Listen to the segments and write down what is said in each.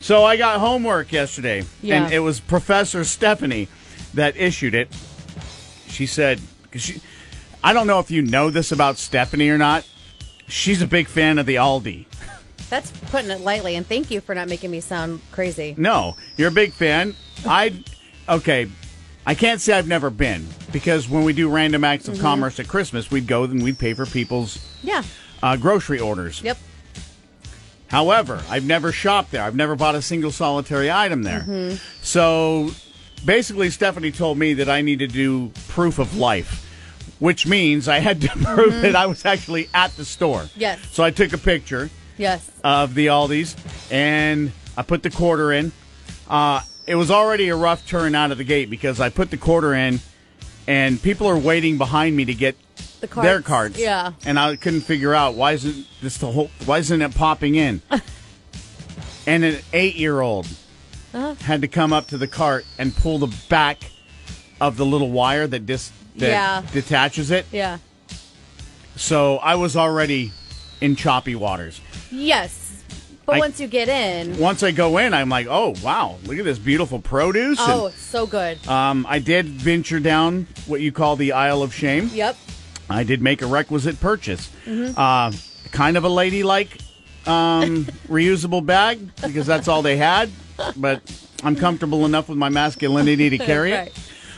So I got homework yesterday, Yeah. and it was Professor Stephanie that issued it. She said, 'cause she, I don't know if you know this about Stephanie or not. She's a big fan of the Aldi. That's putting it lightly, and thank you for not making me sound crazy. No, you're a big fan. I okay. I can't say I've never been because when we do random acts of commerce at Christmas, we'd go and we'd pay for people's Yeah. uh, grocery orders. Yep. However, I've never shopped there. I've never bought a single solitary item there. So basically, Stephanie told me that I need to do proof of life, which means I had to prove that I was actually at the store. Yes. So I took a picture Yes. of the Aldi's, and I put the quarter in. Uh, it was already a rough turn out of the gate because I put the quarter in, and people are waiting behind me to get The their cards. cards. Yeah. and I couldn't figure out why isn't this the whole why isn't it popping in? and an eight-year-old Uh-huh. had to come up to the cart and pull the back of the little wire that dis that Yeah. detaches it. Yeah. So I was already in choppy waters. Yes. But I- once you get in, once I go in, I'm like, oh wow, look at this beautiful produce. oh, it's so good. And, um, I did venture down what you call the aisle of shame. Yep. I did make a requisite purchase. Uh, kind of a ladylike um, reusable bag because that's all they had, but I'm comfortable enough with my masculinity to carry Right.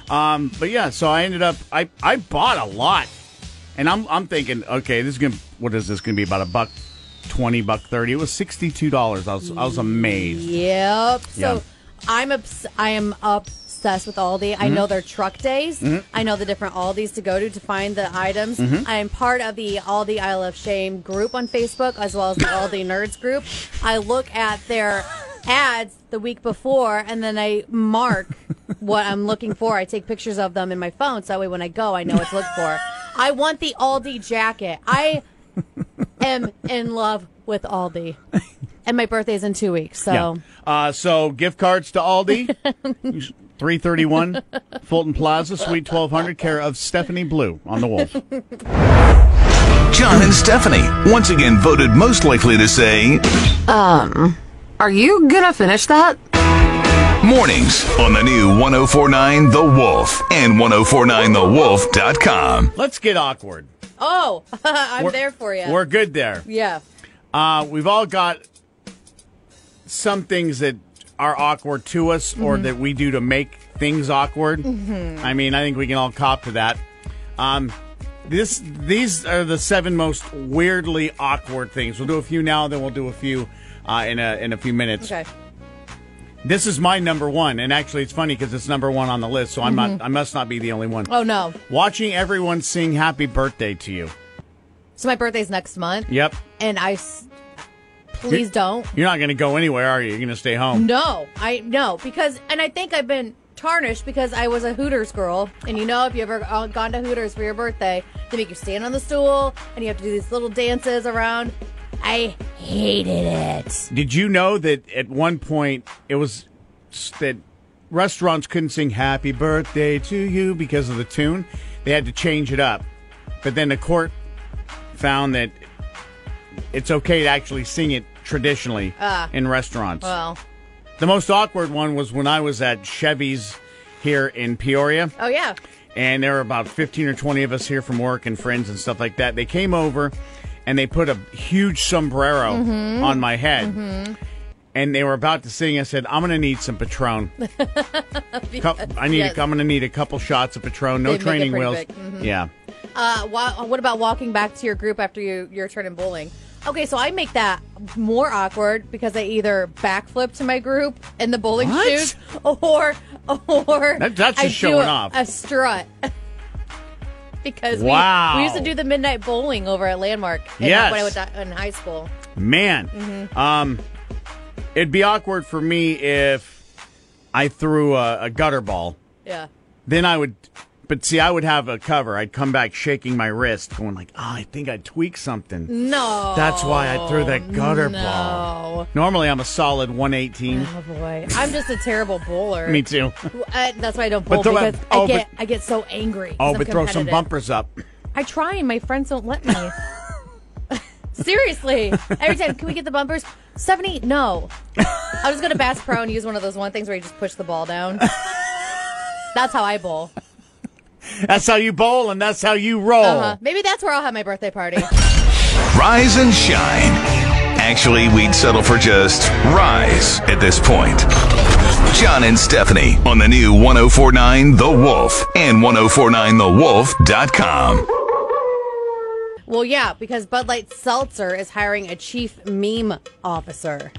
it. Um, but yeah, so I ended up I, I bought a lot, and I'm I'm thinking okay, this is gonna what is this gonna be about a buck twenty buck thirty? It was sixty two dollars. I was I was amazed. Yep. So Yeah. I'm obs- I am obsessed with Aldi. I know their truck days. I know the different Aldis to go to to find the items. I am part of the Aldi Isle of Shame group on Facebook as well as the Aldi Nerds group. I look at their ads the week before and then I mark what I'm looking for. I take pictures of them in my phone so that way when I go I know what to look for. I want the Aldi jacket. I am in love with Aldi. And my birthday's in two weeks, so Yeah. Uh, so gift cards to Aldi, 331 Fulton Plaza, Suite 1200, care of Stephanie Blue on the Wolf. John and Stephanie, once again voted most likely to say Are you gonna finish that? mornings on the new 1049 The Wolf and 1049TheWolf.com. Let's get awkward. Oh, I'm We're- there for you. We're good there. yeah. Uh, we've all got some things that are awkward to us or Mm-hmm. that we do to make things awkward. I mean, I think we can all cop to that. Um, this these are the seven most weirdly awkward things. We'll do a few now, then we'll do a few uh, in a in a few minutes. Okay. This is my number one, and actually, it's funny because it's number one on the list, so I'm not. I must not be the only one. Mm-hmm. Oh no. Watching everyone sing "Happy Birthday" to you. So my birthday's next month, Yep. and I. S- please don't. You're not going to go anywhere, are you? You're going to stay home. No, I no because, and I think I've been tarnished because I was a Hooters girl, and you know if you ever uh, gone to Hooters for your birthday, they make you stand on the stool, and you have to do these little dances around. I hated it. Did you know that at one point it was s- that restaurants couldn't sing "Happy Birthday to You" because of the tune? They had to change it up, but then the court found that it's okay to actually sing it traditionally in restaurants. Ah. Well, The most awkward one was when I was at Chevy's here in Peoria, oh yeah, and there were about 15 or 20 of us here from work and friends and stuff like that. They came over and they put a huge sombrero Mm-hmm. on my head. And they were about to sing. I said, "I'm gonna need some Patron. Cou- I need. yes. A, I'm gonna need a couple shots of Patron. No They make it training pretty wheels. big. Mhm. Yeah. Uh, wa- what about walking back to your group after you, your turn in bowling? Okay, so I make that more awkward because I either backflip to my group in the bowling What? shoes, or or That- that's just I do showing a- off. a strut. because Wow. we, we used to do the midnight bowling over at Landmark. in- Yes. when I was at- in high school. Man, Mm-hmm. um, it'd be awkward for me if I threw a, a gutter ball." Yeah, then I would, but see, I would have a cover. I'd come back shaking my wrist, going like, "Oh, I think I tweaked something." no, That's why I threw that gutter no. ball. Normally, I'm a solid 118. Oh boy, I'm just a terrible bowler. Me too. Uh, that's why I don't bowl throw a- because oh, I get but- I get so angry. 'cause Oh, I'm but throw some competitive. bumpers up. I try and my friends don't let me. Seriously. Every time, can we get the bumpers? 70? No. I'll just go to Bass Pro and use one of those one things where you just push the ball down. That's how I bowl. That's how you bowl and that's how you roll. Uh-huh. Maybe that's where I'll have my birthday party. Rise and shine. Actually, we'd settle for just rise at this point. John and Stephanie on the new 1049 The Wolf and 1049TheWolf.com. well, yeah, because Bud Light Seltzer is hiring a chief meme officer.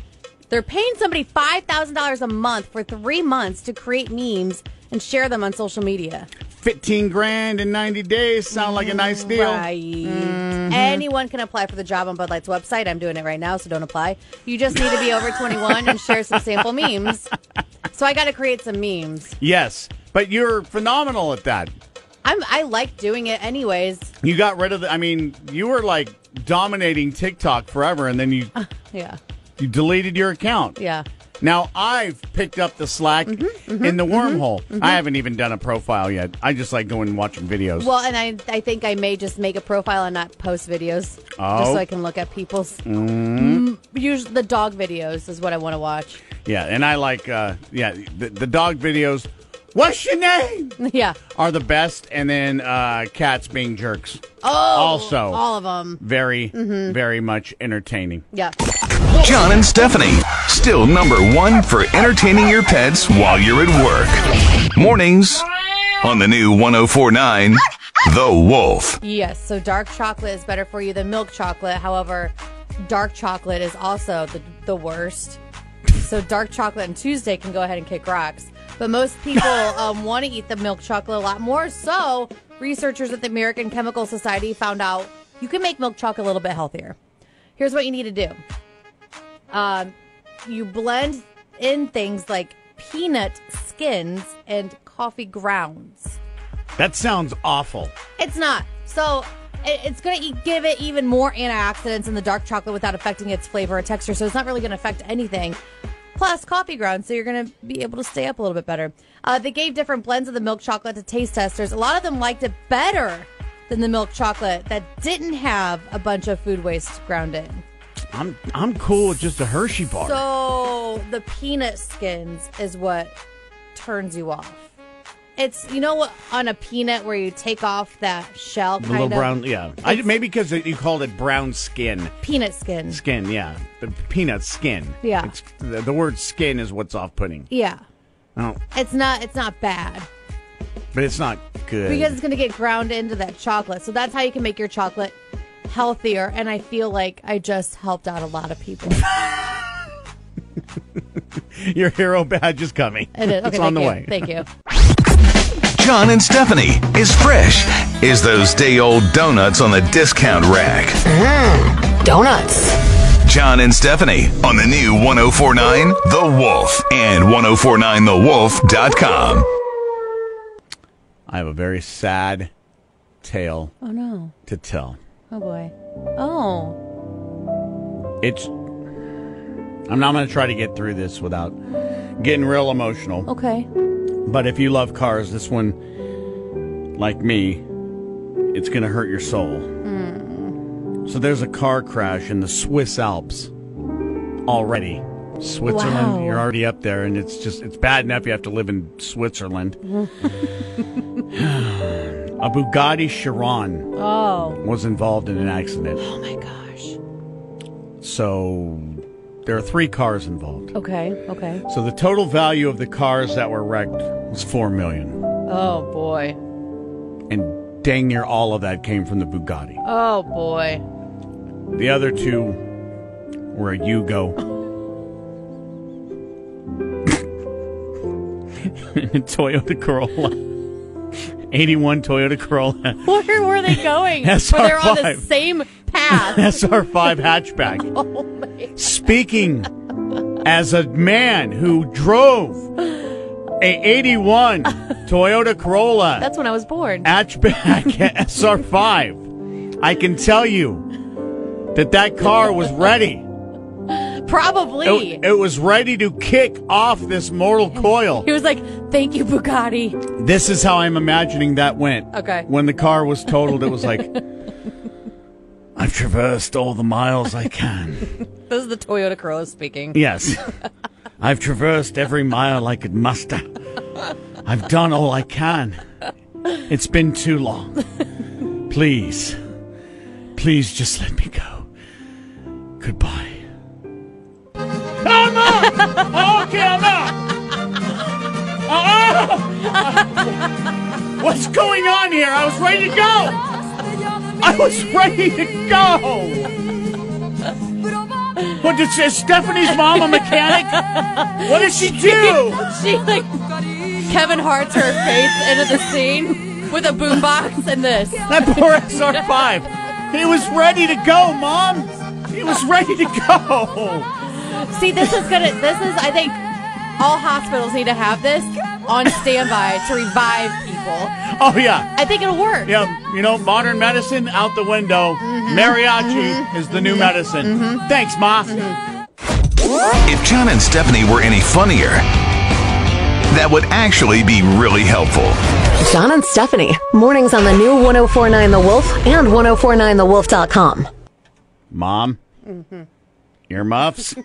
They're paying somebody $5,000 a month for three months to create memes and share them on social media. 15 grand in 90 days sound like a nice deal. Right. Anyone can apply for the job on Bud Light's website. I'm doing it right now, so don't apply. You just need to be over 21 and share some sample memes. So I got to create some memes. Yes, but you're phenomenal at that. I'm I like doing it anyways. You got rid of the I mean, you were like dominating TikTok forever and then you Yeah. you deleted your account. Uh. Yeah. Now I've picked up the slack Mm-hmm, in the wormhole. I haven't even done a profile yet. I just like going and watching videos. Well, and I I think I may just make a profile and not post videos just Oh. so I can look at people's usually the dog videos is what I want to watch. yeah, and I like uh yeah, the, the dog videos. What's your name? yeah. Are the best and then uh cats being jerks. Oh. Mm-hmm. Also. all of them. Very very much entertaining. Yeah. John and Stephanie, still number one for entertaining your pets while you're at work. Mornings on the new 1049 The Wolf. Yes, so dark chocolate is better for you than milk chocolate. However, dark chocolate is also the, the worst. So dark chocolate on Tuesday can go ahead and kick rocks. But most people um, want to eat the milk chocolate a lot more. So researchers at the American Chemical Society found out you can make milk chocolate a little bit healthier. Here's what you need to do. Um, you blend in things like peanut skins and coffee grounds. That sounds awful. It's not. So it- it's going to give it even more antioxidants in the dark chocolate without affecting its flavor or texture. So it's not really going to affect anything. Plus coffee grounds, so you're going to be able to stay up a little bit better. Uh, they gave different blends of the milk chocolate to taste testers. A lot of them liked it better than the milk chocolate that didn't have a bunch of food waste ground in. I'm I'm cool with just a Hershey bar. So the peanut skins is what turns you off. It's you know what on a peanut where you take off that shell, the kind little of brown, yeah. I, maybe because you called it brown skin. peanut skins. Skin, yeah. The peanut skin. Yeah. It's, the, the word skin is what's off putting. Yeah. Oh, It's not it's not bad but it's not good. because it's going to get ground into that chocolate. So that's how you can make your chocolate healthier and I feel like I just helped out a lot of people. Your hero badge is coming. It is. Okay, it's on thank the you. way. Thank you. John and Stephanie is fresh. Is those day old donuts on the discount rack. Donuts. John and Stephanie on the new 1049 The Wolf and 1049TheWolf.com. I have a very sad tale Oh no. to tell. Oh boy. Oh. It's. I'm not going to try to get through this without getting real emotional. Okay. But if you love cars, this one, like me, it's going to hurt your soul. So there's a car crash in the Swiss Alps already. Switzerland, Wow. you're already up there, and it's just, it's bad enough you have to live in Switzerland. a Bugatti Chiron Oh. was involved in an accident. Oh my gosh. So there are three cars involved. Okay. Okay. So the total value of the cars that were wrecked was 4 million. Oh boy. and dang near all of that came from the Bugatti. Oh boy. The other two were a Yugo. and a Toyota Corolla. 81 Toyota Corolla. Where were they going? That's Where they're our on the vibe. same path. SR5 hatchback. oh my. Speaking as a man who drove a 81 Toyota Corolla. That's when I was born. hatchback SR5. I can tell you that that car was ready. Probably. Oh, It, it was ready to kick off this mortal coil. he was like, "Thank you, Bugatti." This is how I'm imagining that went. Okay. When the car was totaled, it was like, I've traversed all the miles I can. This is the Toyota Corolla speaking. yes. I've traversed every mile I could muster. I've done all I can. It's been too long. Please, please just let me go. Goodbye. I'm up! Okay, I'm up! Oh! What's going on here? I was ready to go! I was ready to go. What is, is Stephanie's mom a mechanic? What does she do? She like Kevin Hart's her face into the scene with a boombox and this. That poor SR5. He was ready to go, mom. He was ready to go. See, this is gonna. This is I think all hospitals need to have this on standby to revive people. Oh yeah, I think it'll work. yeah. You know, modern medicine out the window. Mm-hmm. Mariachi is the new medicine. Thanks, ma. Mm-hmm. If John and Stephanie were any funnier, that would actually be really helpful. John and Stephanie. Mornings on the new 1049 The Wolf and 1049TheWolf.com. Mom, Mm-hmm. earmuffs,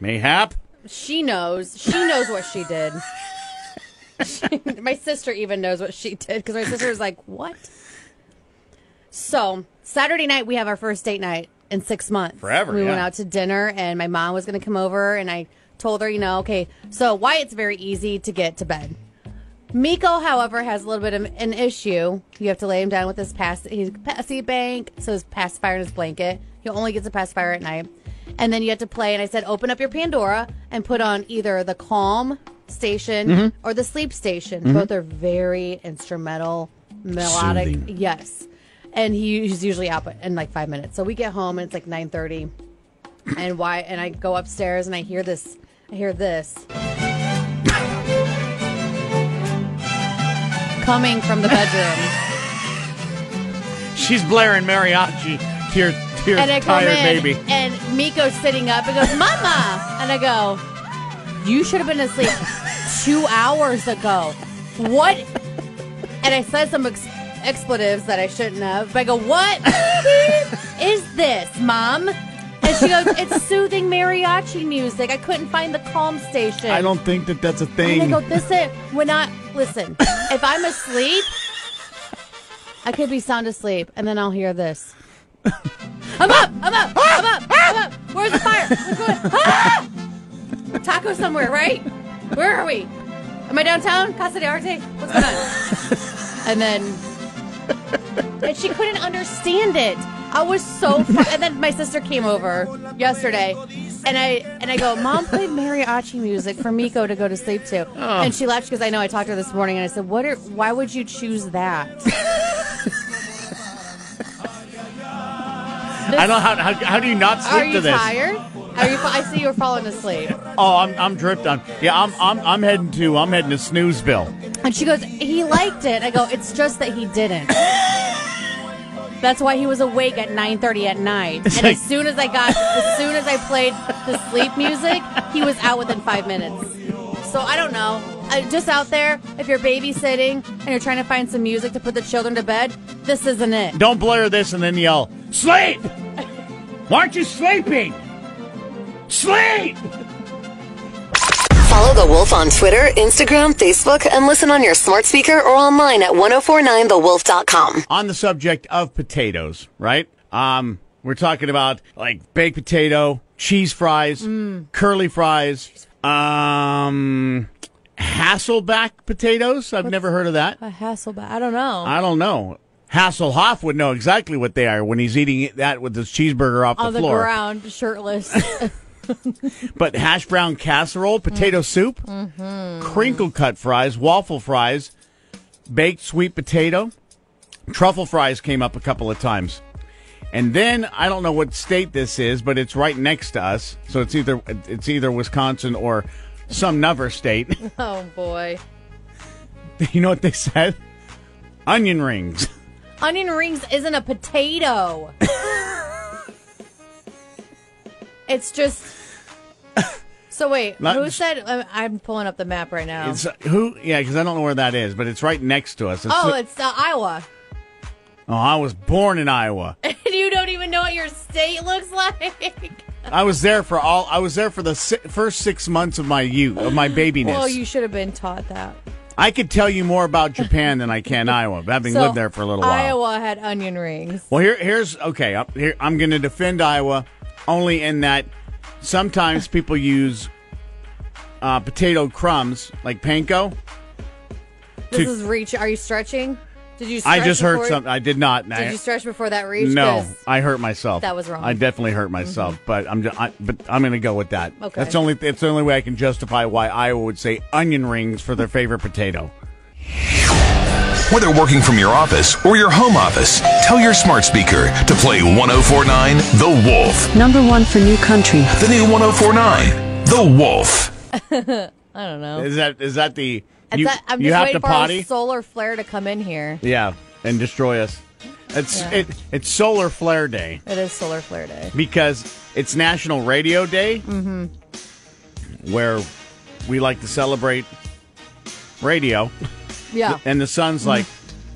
mayhap. She knows. She knows what she did. She- my sister even knows what she did because my sister was like, "What?" So Saturday night we have our first date night in six months. Forever, We went yeah. out to dinner, and my mom was going to come over, and I told her, you know, okay, so why it's very easy to get to bed. Miko, however, has a little bit of an issue. You have to lay him down with his pass. He's passy bank, so his pacifier and his blanket. He only gets a pacifier at night, and then you have to play. And I said, open up your Pandora and put on either the Calm station or the Sleep station. Both are very instrumental, melodic. Soothing. Yes, and he, he's usually out but- in like five minutes. So we get home and it's like nine thirty, and why? And I go upstairs and I hear this. I hear this. coming from the bedroom. She's blaring mariachi to your, to your and I come tired in, baby. and Miko's sitting up and goes, Mama! And I go, You should have been asleep two hours ago. What? And I said some ex- expletives that I shouldn't have. But I go, What is this, Mom? And she goes, It's soothing mariachi music. I couldn't find the calm station. I don't think that that's a And I thing. go, this is when I listen. If I'm asleep, I could be sound asleep, and then I'll hear this. I'm up. I'm up. I'm up. I'm up. Where's the fire? What's going? Ah! Taco somewhere, right? Where are we? Am I downtown? Casa de Arte? What's going on? And then, and she couldn't understand it. I was so. Fr- and then my sister came over yesterday, and I and I go, Mom played mariachi music for Miko to go to sleep to, Oh. and she laughed because I know I talked to her this morning, and I said, What? Are, why would you choose that? I don't how, how how do you not sleep Are you to this? tired? Are you? I see you're falling asleep. Oh, I'm I'm dripped on. Yeah, I'm I'm I'm heading to I'm heading to Snoozeville. And she goes, he liked it. I go, it's just that he didn't. That's why he was awake at 9:30 at night. And like- as soon as I got, as soon as I played the sleep music, he was out within five minutes. So I don't know. I, just out there, if you're babysitting and you're trying to find some music to put the children to bed, this isn't it. Don't blare this and then yell, "Sleep! Why aren't you sleeping? Sleep!" Follow The Wolf on Twitter, Instagram, Facebook, and listen on your smart speaker or online at 1049TheWolf.com. On the subject of potatoes, right? Um, we're talking about like baked potato, cheese fries, curly fries, um, Hasselback potatoes. I've never heard of that. A hassle, but I don't know. I don't know. Hasselhoff would know exactly what they are when he's eating that with his cheeseburger off On the Oh, the floor. ground, shirtless. But hash brown casserole, potato soup, crinkle cut fries, waffle fries, baked sweet potato, truffle fries came up a couple of times. And then I don't know what state this is, but it's right next to us, so it's either it's either Wisconsin or some another state. oh boy. you know what they said? Onion rings. Onion rings isn't a potato. it's just. So wait, Not who just- said? I'm- I'm pulling up the map right now. uh, It's who? Yeah, because I don't know where that is, but it's right next to us. It's oh, the- it's uh, Iowa. Oh, I was born in Iowa. And you don't even know what your state looks like. I was there for all. I was there for the si- first six months of my youth, of my babyness. Well, you should have been taught that. I could tell you more about Japan than I can Iowa, having lived there for a little while. Iowa had onion rings. Well, here, here's okay. Up here, I'm going to defend Iowa only in that sometimes people use uh, potato crumbs like panko. This To- is reach. Are you stretching? Did you? Stretch I just heard before- something. I did not. Did you stretch before that reach? no, 'Cause I hurt myself. That was wrong. Mm-hmm. I definitely hurt myself, but I'm just, I, but I'm going to go with that. Okay. That's only it's the only way I can justify why Iowa would say onion rings for their favorite potato. Whether working from your office or your home office, tell your smart speaker to play 1049 The Wolf. Number one for new country. The new 1049 The Wolf. I don't know. Is that is that the It's you, that- I'm you just have to waiting for potty? our solar flare to come in here. yeah, and destroy us. It's Yeah. it, it's solar flare day. It is solar flare day. because it's National Radio Day, Mm-hmm. where we like to celebrate radio, Yeah, and the sun's like,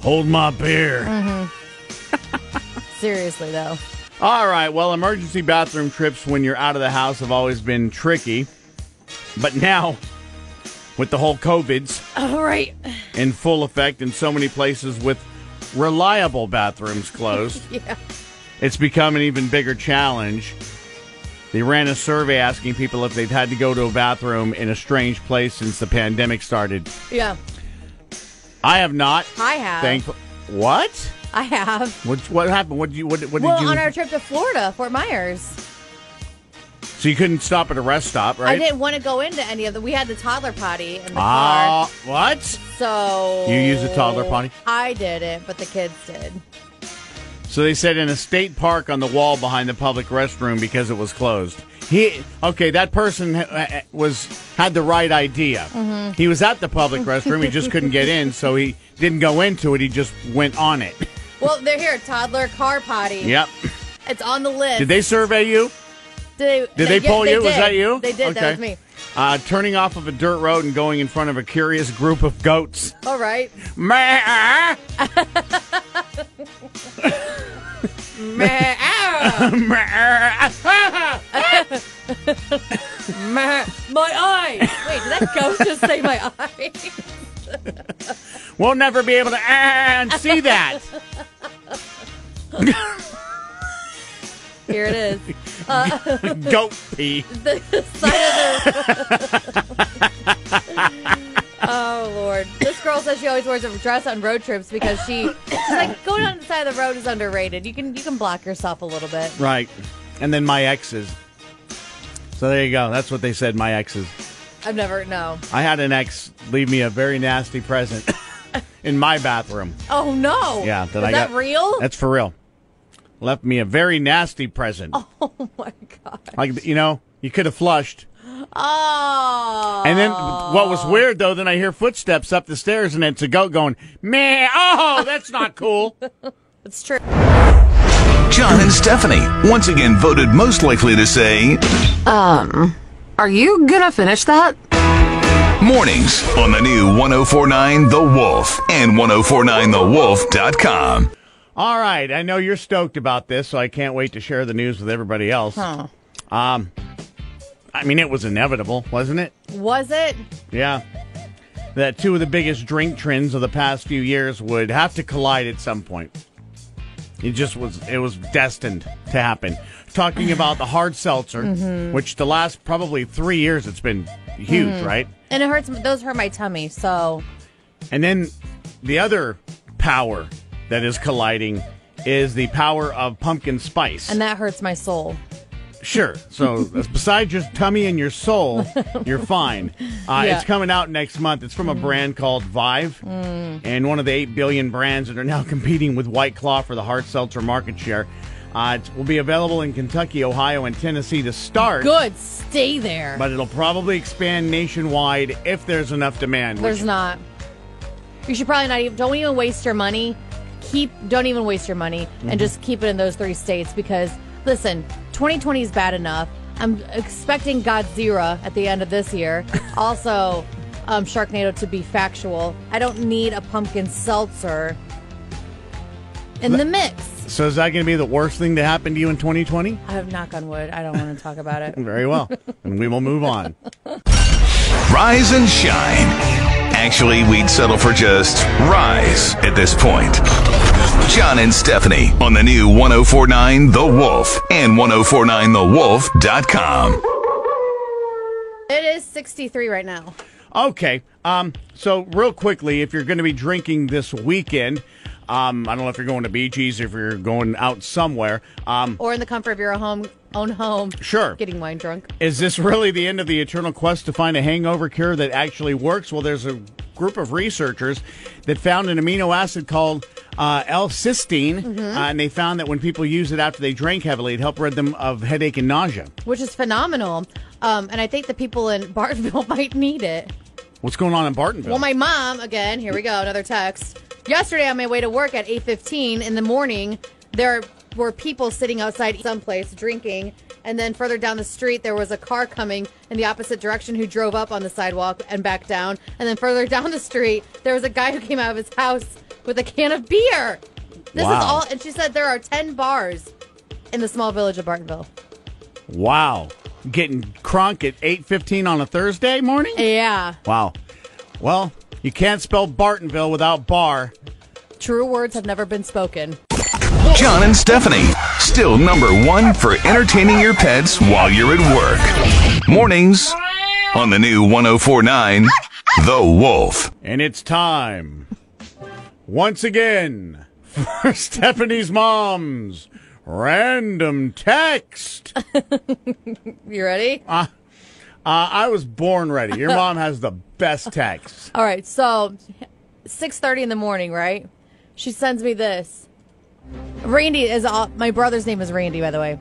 "Hold my beer." seriously though. All right. Well, emergency bathroom trips when you're out of the house have always been tricky, but now with the whole COVID's All right. in full effect in so many places with reliable bathrooms closed. Yeah. It's become an even bigger challenge. They ran a survey asking people if they've had to go to a bathroom in a strange place since the pandemic started. Yeah. I have not. I have. Thankful. What? I have. What? What happened? What did you? What, what Well, did you? on our trip to Florida, Fort Myers, so you couldn't stop at a rest stop, right? I didn't want to go into any of the. We had the toddler potty in the car. Ah, what? So You used a toddler potty? I did it, but the kids did. So they said in a state park on the wall behind the public restroom because it was closed. He okay, that person ha- was had the right idea. Mm-hmm. He was at the public restroom, he just couldn't get in, so he didn't go into it. He just went on it. Well, they're here, toddler car potty. Yep. it's on the list. Did they survey you? Did Did they, yeah, pull you? Was did. that you? They did. Okay. That was me. Uh, turning off of a dirt road and going in front of a curious group of goats. All right. Meh. Meh, ah, Meh. meh. my eye. Wait, did that ghost just say my eye? We'll never be able to and see that. Here it is. Goat pee. The side of the. oh Lord! This girl says she always wears a dress on road trips because she she's like going on the side of the road is underrated. You can you can block yourself a little bit. Right. And then my exes. So there you go. That's what they said, my exes. I've never no. I had an ex leave me a very nasty present in my bathroom. Oh no! Yeah, is that I that got- real? That's for real. Left me a very nasty present. oh my god! Like, you know, you could have flushed. Oh. And then what was weird, though, then I hear footsteps up the stairs and it's a goat going, meh, oh, that's not cool. it's true. John and Stephanie, once again voted most likely to say Are you gonna finish that? mornings on the new 1049 The Wolf and 1049TheWolf.com. All right. I know you're stoked about this, so I can't wait to share the news with everybody else. Um, I mean, it was inevitable, wasn't it? Was it? Yeah. That two of the biggest drink trends of the past few years would have to collide at some point. It just was it was destined to happen. Talking about the hard seltzer, which the last probably 3 years it's been huge, right? And it hurts. Those hurt my tummy. So And then the other power that is colliding is the power of pumpkin spice. and that hurts my soul. Sure. So besides your tummy and your soul, you're fine. Uh, Yeah. Mm. It's coming out next month. It's from a brand called Vive, and one of the eight billion brands that are now competing with White Claw for the hard seltzer market share. Uh, it will be available in Kentucky, Ohio, and Tennessee to start. Good. Stay there. But it'll probably expand nationwide if there's enough demand. There's which- not. You should probably not even. Don't even waste your money. Keep. Don't even waste your money and just keep it in those three states because listen, 2020 is bad enough. I'm expecting Godzilla at the end of this year. also, um, Sharknado to be factual. I don't need a pumpkin seltzer in the mix. So is that going to be the worst thing to happen to you in 2020? I have knock on wood. I don't want to talk about it. Very well. and we will move on. Rise and shine. Actually, we'd settle for just rise at this point. John and Stephanie on the new 1049 The Wolf and 1049TheWolf.com. It is 63 right now. Okay. Um, so real quickly, if you're going to be drinking this weekend, um, I don't know if you're going to BG's, if you're going out somewhere. Um, Or in the comfort of your home, own home. Sure. Getting wine drunk. is this really the end of the eternal quest to find a hangover cure that actually works? Well, there's a group of researchers that found an amino acid called uh, L-cysteine, Mm-hmm. uh, and they found that when people use it after they drank heavily, it helped rid them of headache and nausea. which is phenomenal. Um, and I think the people in Bartonville might need it. What's going on in Bartonville? Well, my mom again. Here we go. Another text. Yesterday, on my way to work at eight fifteen in the morning, there were people sitting outside someplace drinking, and then further down the street, there was a car coming in the opposite direction who drove up on the sidewalk and back down, and then further down the street, there was a guy who came out of his house with a can of beer. This Wow. is all, and she said there are ten bars in the small village of Bartonville. wow. Getting crunk at 8.15 on a Thursday morning? Yeah, Wow. Well, you can't spell Bartonville without bar. true words have never been spoken. John and Stephanie, still number one for entertaining your pets while you're at work. Mornings on the new 1049 The Wolf. And it's time. Once again, for Stephanie's mom's random text. Uh, You ready? I was born ready. Your mom has the best texts. All right, so 6:30 in the morning, right? She sends me this. Randy is all, my brother's name is Randy, by the way.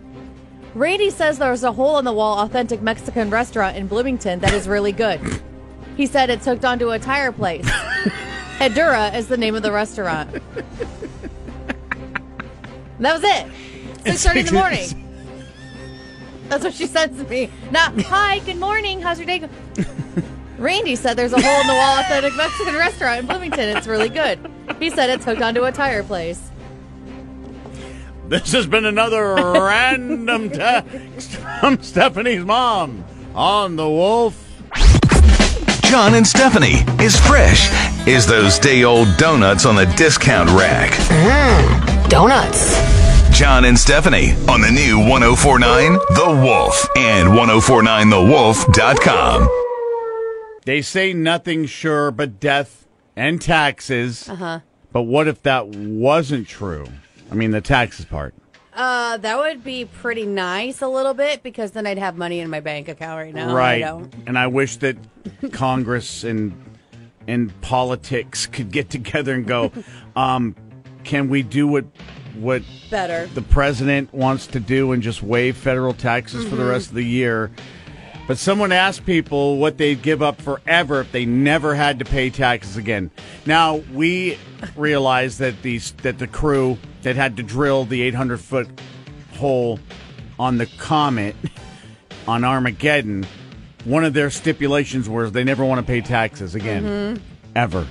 Randy says there's a hole in the wall authentic Mexican restaurant in Bloomington that is really good. He said it's hooked onto a tire place. Hedura is the name of the restaurant. And that was it. 6:30 in the morning. That's what she says to me. Not hi, good morning. How's your day? go-" Randy said there's a hole in the wall authentic Mexican restaurant in Bloomington. It's really good. He said it's hooked onto a tire place. This has been another random text from Stephanie's mom on the wolf. John and Stephanie is fresh is those day old donuts on the discount rack. Donuts. John and Stephanie on the new 1049 The Wolf and 1049TheWolf.com. They say nothing sure but death and taxes. Uh-huh. But what if that wasn't true? I mean, the taxes part. Uh, that would be pretty nice a little bit because then I'd have money in my bank account right now. right. and I wish that Congress and and politics could get together and go, um, can we do what what Better. the president wants to do and just waive federal taxes for the rest of the year? But someone asked people what they'd give up forever if they never had to pay taxes again. Now we realize that these that the crew that had to drill the 800 foot hole on the comet on Armageddon, one of their stipulations was they never want to pay taxes again, Mm-hmm. ever.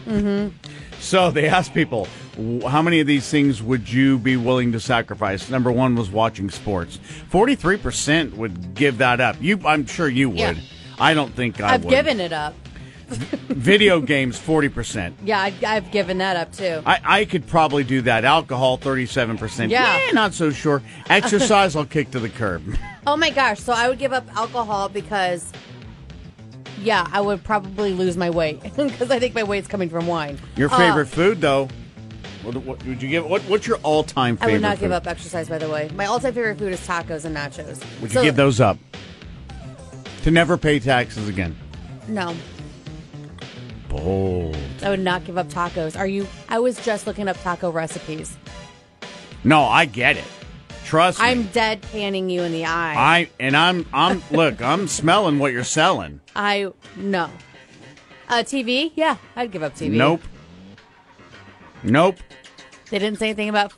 So they asked people, "W- how many of these things would you be willing to sacrifice? Number one was watching sports. Forty-three percent would give that up. You, I'm sure you would. Yeah. I don't think I I've would. given it up. Video games, forty percent. Yeah, I've, I've given that up too. I, I could probably do that. Alcohol, thirty-seven percent. Yeah. not so sure. Exercise, I'll kick to the curb. Oh my gosh. So I would give up alcohol because, yeah, I would probably lose my weight because I think my weight's coming from wine. Your Uh, favorite food, though. What, what would you give? What, what's your all-time I favorite? would not give food? up exercise, by the way. My all time favorite food is tacos and nachos. Would So- you give those up to never pay taxes again? No, Bold. I would not give up tacos. Are you? I was just looking up taco recipes. No, I get it. Trust me. I'm dead panning you in the eye. I and I'm I'm look, I'm smelling what you're selling. I, no. Uh, TV? Yeah, I'd give up TV. Nope. Nope. They didn't say anything about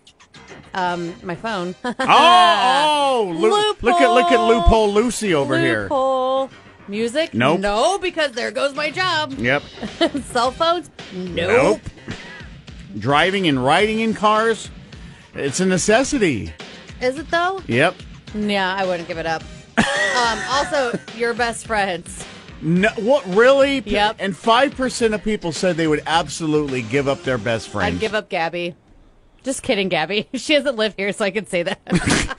um my phone. Oh, oh look, look at look at loophole Lucy over here. Loophole. Music? Nope. No, because there goes my job. Yep. Cell phones? Nope. Driving and riding in cars. It's a necessity. Is it though? Yep. Yeah, I wouldn't give it up. um, also, your best friends. No, what really? P- Yep. And five percent of people said they would absolutely give up their best friend. I'd give up Gabby. Just kidding, Gabby. She doesn't live here, so I can say that.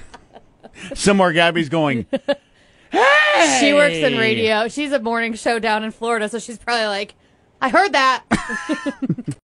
Somewhere, Gabby's going. She works in radio. She's a morning show down in Florida, so she's probably like, I heard that.